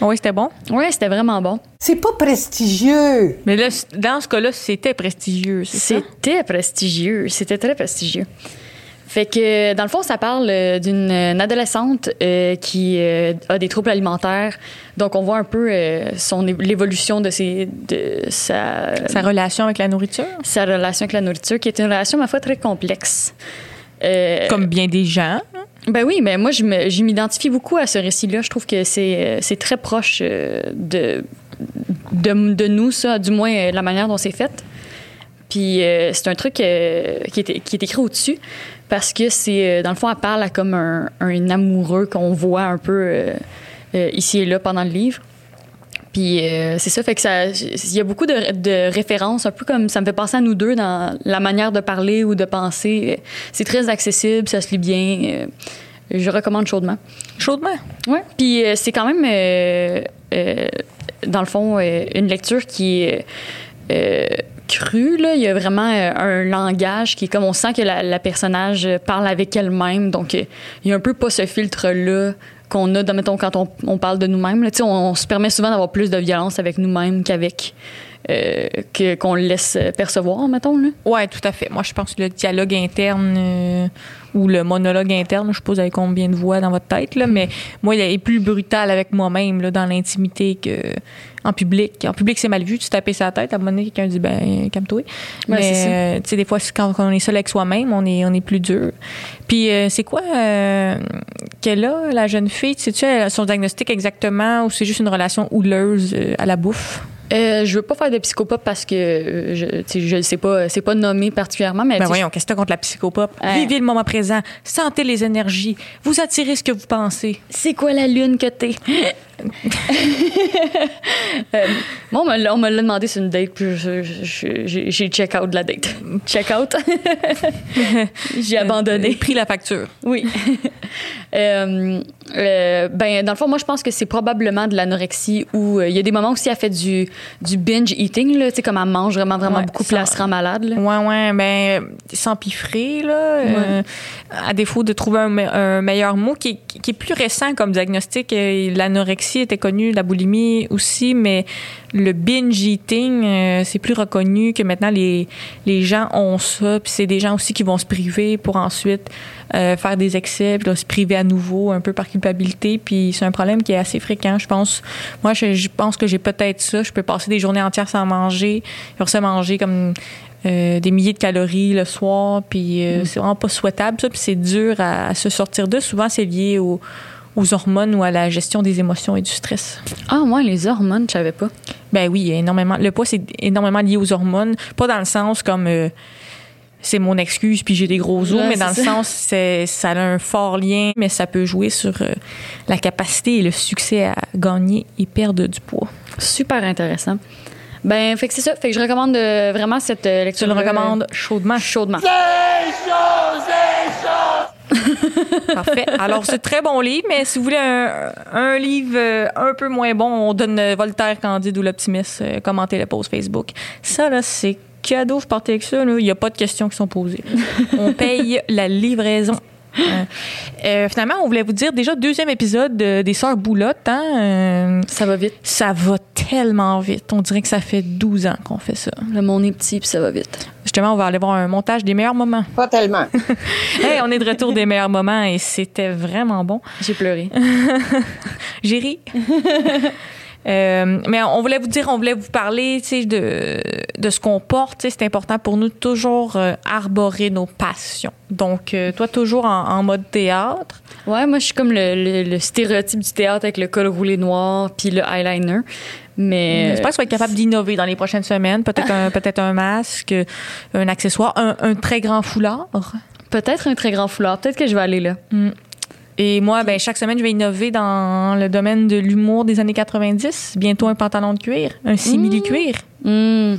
B: Oui, c'était bon.
A: Ouais, c'était vraiment bon.
D: C'est pas prestigieux.
B: Mais là, c- dans ce cas-là, c'était prestigieux, c'est ça?
A: C'était prestigieux. C'était très prestigieux. Fait que, dans le fond, ça parle euh, d'une euh, adolescente euh, qui euh, a des troubles alimentaires. Donc, on voit un peu euh, son é- l'évolution de, ses, de sa,
B: Sa relation avec la nourriture?
A: sa relation avec la nourriture, qui est une relation, ma foi, très complexe. Euh,
B: Comme bien des gens.
A: ben oui, mais moi, je me- je m'identifie beaucoup à ce récit-là. Je trouve que c'est euh, c'est très proche euh, de, de, de nous, ça, du moins euh, la manière dont c'est fait. Puis euh, c'est un truc euh, qui, est, qui est écrit au-dessus parce que c'est, euh, dans le fond, elle parle à comme un, un amoureux qu'on voit un peu euh, euh, ici et là pendant le livre. Puis euh, c'est ça, fait que ça, il y a beaucoup de, de références, un peu comme ça me fait penser à nous deux dans la manière de parler ou de penser. C'est très accessible, ça se lit bien. euh, je recommande chaudement.
B: Chaudement.
A: Ouais. Puis euh, c'est quand même, euh, euh, dans le fond, euh, une lecture qui est euh, crue. Là. Il y a vraiment euh, un langage qui est comme on sent que la, la personnage parle avec elle-même. Donc, euh, il y a un peu pas ce filtre-là qu'on a, dans, mettons, quand on, on parle de nous-mêmes. là. Tu sais, On, on se permet souvent d'avoir plus de violence avec nous-mêmes qu'avec. euh, que- qu'on laisse percevoir, mettons. Là.
B: Oui, tout à fait. Moi, je pense que le dialogue interne euh, ou le monologue interne, je suppose, avec combien de voix dans votre tête, là, mais moi, il est plus brutal avec moi-même là, dans l'intimité que en public. En public, c'est mal vu, tu tapes sa tête. À un moment donné, quelqu'un dit, ben, calme-toi.
A: c'est ça.
B: mais, euh, tu sais, des fois, c'est quand on est seul avec soi-même, on est, on est plus dur. Puis, euh, c'est quoi euh, qu'elle a, la jeune fille? Sais-tu elle a son diagnostic exactement ou c'est juste une relation houleuse euh, à la bouffe?
A: Euh, je veux pas faire de psychopathe parce que euh, je, tu sais, je le sais pas, c'est pas nommé particulièrement, mais tu
B: Ben
A: sais,
B: voyons, qu'est-ce que t'as contre la psychopop?
A: Ouais.
B: Vivez le moment présent, sentez les énergies, vous attirez ce que vous pensez.
A: c'est quoi la lune que t'es? Euh, moi, on me l'a- on me l'a demandé sur une date, puis je- je- j'ai j'ai check out de la date. Check out. j'ai abandonné.
B: Pris la facture.
A: Oui. Euh, euh, ben, dans le fond, moi, je pense que c'est probablement de l'anorexie où euh, il y a des moments aussi elle fait du, du binge eating, là, tu sais, comme elle mange vraiment, vraiment
B: Ouais,
A: beaucoup, puis elle se rend malade. là.
B: Ouais, ouais, ben, s'empiffrer, là, euh, à défaut de trouver un, me- un meilleur mot qui, qui- qui est plus récent comme diagnostic. euh, L'anorexie était connue, la boulimie aussi, mais le binge eating, euh, c'est plus reconnu que maintenant les, les gens ont ça, puis c'est des gens aussi qui vont se priver pour ensuite euh, faire des excès, puis là, se priver à nouveau un peu par culpabilité, puis c'est un problème qui est assez fréquent, je pense. Moi, je, je pense que j'ai peut-être ça. Je peux passer des journées entières sans manger, puis ça manger comme euh, des milliers de calories le soir, puis
A: Mm.
B: euh, c'est vraiment pas souhaitable, ça, puis c'est dur à, à se sortir de. Souvent, c'est lié au- aux hormones ou à la gestion des émotions et du stress.
A: Ah, moi, les hormones, je savais pas.
B: Ben oui, énormément. Le poids, c'est énormément lié aux hormones. Pas dans le sens comme euh, c'est mon excuse puis j'ai des gros os,
A: Ouais,
B: mais dans le
A: c'est ça.
B: sens c'est, ça a un fort lien, mais ça peut jouer sur euh, la capacité et le succès à gagner et perdre du poids.
A: Super intéressant. Ben, fait que c'est ça. Fait que je recommande euh, vraiment cette euh,
B: Je
A: lecture.
B: le recommande chaudement.
A: chaudement.
B: Parfait. Alors, c'est très bon livre, mais si vous voulez un, un livre euh, un peu moins bon, on donne euh, Voltaire, Candide ou l'Optimiste. euh, commentez la pause Facebook. Ça, là, c'est cadeau. Vous partez avec ça. là. Il n'y a pas de questions qui sont posées. On paye la livraison. Hein. Euh, finalement, on voulait vous dire déjà deuxième épisode de- des Sœurs Boulottes. hein, euh,
A: Ça va vite.
B: ça va tellement vite. On dirait que ça fait 12 ans qu'on fait ça.
A: Le monde est petit, puis ça va vite.
B: Justement, on va aller voir un montage des meilleurs moments.
D: Pas tellement.
B: Hey, on est de retour des meilleurs moments et c'était vraiment bon.
A: J'ai pleuré.
B: J'ai ri. Euh, mais on voulait vous dire, on voulait vous parler tu sais, de, de ce qu'on porte. tu sais, C'est important pour nous de toujours euh, arborer nos passions. Donc, euh, toi, toujours en, en mode théâtre.
A: Ouais, moi, je suis comme le, le- le stéréotype du théâtre avec le col roulé noir puis le eyeliner. Mais.
B: J'espère que tu vas être capable d'innover dans les prochaines semaines. Peut-être un, peut-être un masque, un accessoire, un, un très grand foulard.
A: Peut-être un très grand foulard. Peut-être que je vais aller là.
B: Et moi, ben, chaque semaine, je vais innover dans le domaine de l'humour des années 90. Bientôt un pantalon de cuir, un simili-cuir.
A: Hmm.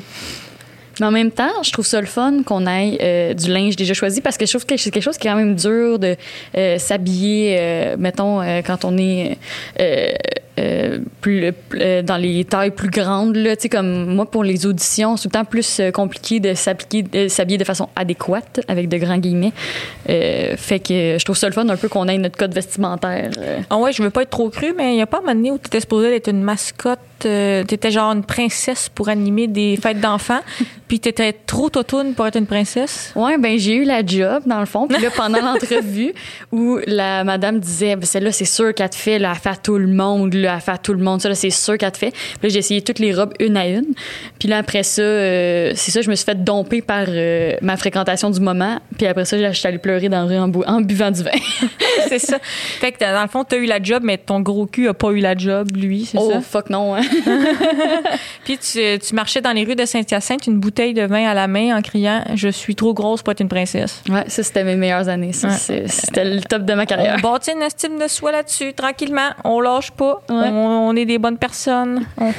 A: Mais en même temps, je trouve ça le fun qu'on aille euh, du linge déjà choisi parce que je trouve que c'est quelque chose qui est quand même dur de euh, s'habiller, euh, mettons, euh, quand on est euh, euh, plus, euh, dans les tailles plus grandes. Là, Tu sais, comme moi, pour les auditions, c'est tout le temps plus euh, compliqué de s'appliquer, de s'habiller de façon adéquate, avec de grands guillemets. Euh, fait que je trouve ça le fun un peu qu'on ait notre code vestimentaire. euh.
B: Ah ouais, je veux pas être trop cru, mais il y a pas un moment donné où t'étais supposée être une mascotte, euh, t'étais genre une princesse pour animer des fêtes d'enfants, puis t'étais trop totoune pour être une princesse.
A: Ouais, ben j'ai eu la job dans le fond. Puis là, pendant l'entrevue, où la madame disait, Ben, celle-là c'est sûr qu'elle te fait, là, elle fait à tout le monde, là, elle fait à tout le monde, ça là, c'est sûr qu'elle te fait. Puis là, j'ai essayé toutes les robes une à une. Puis là après ça, euh, c'est ça, je me suis fait domper par euh, ma fréquentation du moment. Puis après ça, je suis allée pleurer dans la rue en, bou- en buvant du vin.
B: c'est ça. Fait que t'as- dans le fond, t'as eu la job, mais ton gros cul a pas eu la job, lui, c'est
A: oh
B: ça.
A: fuck non. hein.
B: Puis tu, tu marchais dans les rues de Saint-Hyacinthe, une bouteille de vin à la main, en criant « Je suis trop grosse pour être une princesse
A: Ouais, ça c'était mes meilleures années. Ça,
B: Ouais.
A: c'est- c'était le top de ma ».
B: On
A: carrière.
B: bâtit une estime de soi là-dessus, tranquillement. On lâche pas.
A: Ouais.
B: On, on est des bonnes personnes. On,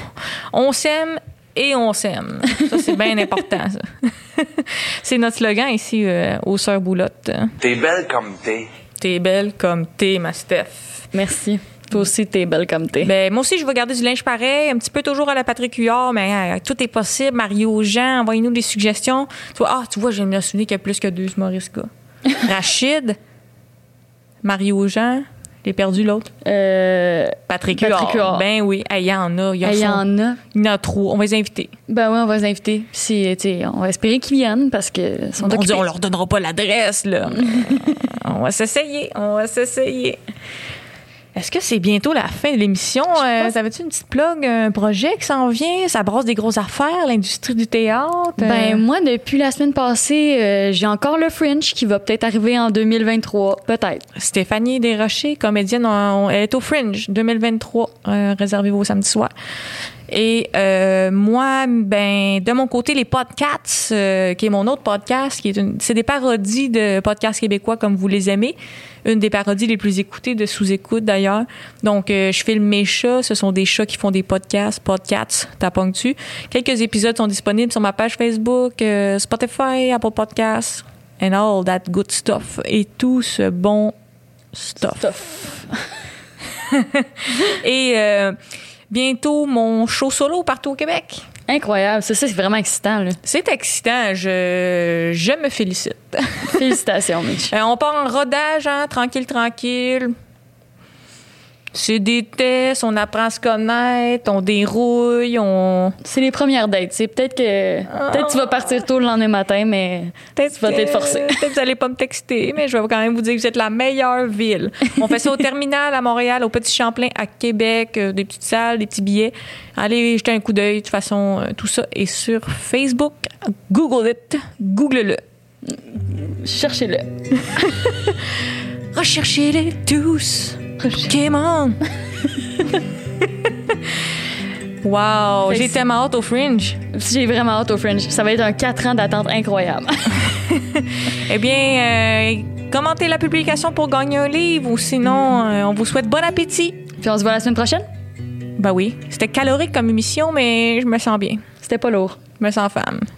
B: on s'aime et on s'aime. Ça, c'est bien important, ça. c'est notre slogan ici euh, aux Sœurs Boulottes.
F: T'es belle comme t'es.
B: T'es belle comme t'es, ma Steph.
A: Merci. Toi aussi t'es belle comme t'es.
B: Ben, moi aussi, je vais garder du linge pareil, un petit peu toujours à la Patrick Huard, mais euh, tout est possible. Mario Jean, envoyez-nous des suggestions. Tu vois, ah, tu vois, je me souviens qu'il y a plus que deux humoristes, gars. Rachid, Mario Jean, j'ai perdu l'autre.
A: Euh,
B: Patrick
A: Patrick
B: Huard.
A: Huard.
B: Ben oui, Hey, il y en a. Il y,
A: il y
B: en a.
A: en a.
B: Il y en a trop. On va les inviter.
A: Ben oui, on va les inviter. Puis si, tu sais, on va espérer qu'ils viennent parce que ils sont
B: On, dit,
A: occupés.
B: on leur donnera pas l'adresse, là. on va s'essayer. On va s'essayer. Est-ce que c'est bientôt la fin de l'émission? Euh, T'avais-tu une petite plug, un projet qui s'en vient? Ça brasse des grosses affaires, l'industrie du théâtre?
A: Ben
B: Euh,
A: moi, depuis la semaine passée, euh, j'ai encore le Fringe qui va peut-être arriver en 2023. Peut-être.
B: Stéphanie Desrochers, comédienne, on- on- elle est au Fringe 2023, euh, réservez-vous au samedi soir. Et euh, moi, ben, de mon côté, les podcasts, euh, qui est mon autre podcast, qui est une, c'est des parodies de podcasts québécois comme vous les aimez. Une des parodies les plus écoutées de sous-écoute d'ailleurs. Donc, euh, je filme mes chats. Ce sont des chats qui font des podcasts, podcasts, t'apponges-tu. Quelques épisodes sont disponibles sur ma page Facebook, euh, Spotify, Apple Podcasts, and all that good stuff. Et tout ce bon stuff.
A: stuff.
B: Et euh, bientôt mon show solo partout au Québec.
A: Incroyable, ça, ça c'est vraiment excitant. Là.
B: C'est excitant, je, je me félicite.
A: Félicitations, Mitch.
B: Euh, on part en rodage, hein, tranquille, tranquille. C'est des tests, on apprend à se connaître, on dérouille, on.
A: C'est les premières dates. C'est peut-être que peut-être que tu vas partir tôt le lendemain matin, mais peut-être tu vas
B: que-
A: peut-être forcer.
B: Peut-être que vous allez pas me texter, mais je vais quand même vous dire que vous êtes la meilleure ville. On fait ça au terminal à Montréal, au Petit Champlain à Québec, euh, des petites salles, des petits billets. Allez jeter un coup d'œil. De toute façon, euh, tout ça est sur Facebook. Google it. Google-le.
A: Cherchez-le.
B: Recherchez-les tous. Come on. wow,
A: Fait que
B: j'ai
A: c'est-
B: tellement hâte au Fringe.
A: J'ai vraiment hâte au Fringe. Ça va être un 4 ans d'attente incroyable.
B: Eh bien, euh, commentez la publication pour gagner un livre ou sinon, euh, on vous souhaite bon appétit.
A: Puis on se voit la semaine prochaine.
B: Bah Ben oui, c'était calorique comme émission, mais je me sens bien.
A: C'était pas lourd.
B: Je me sens femme.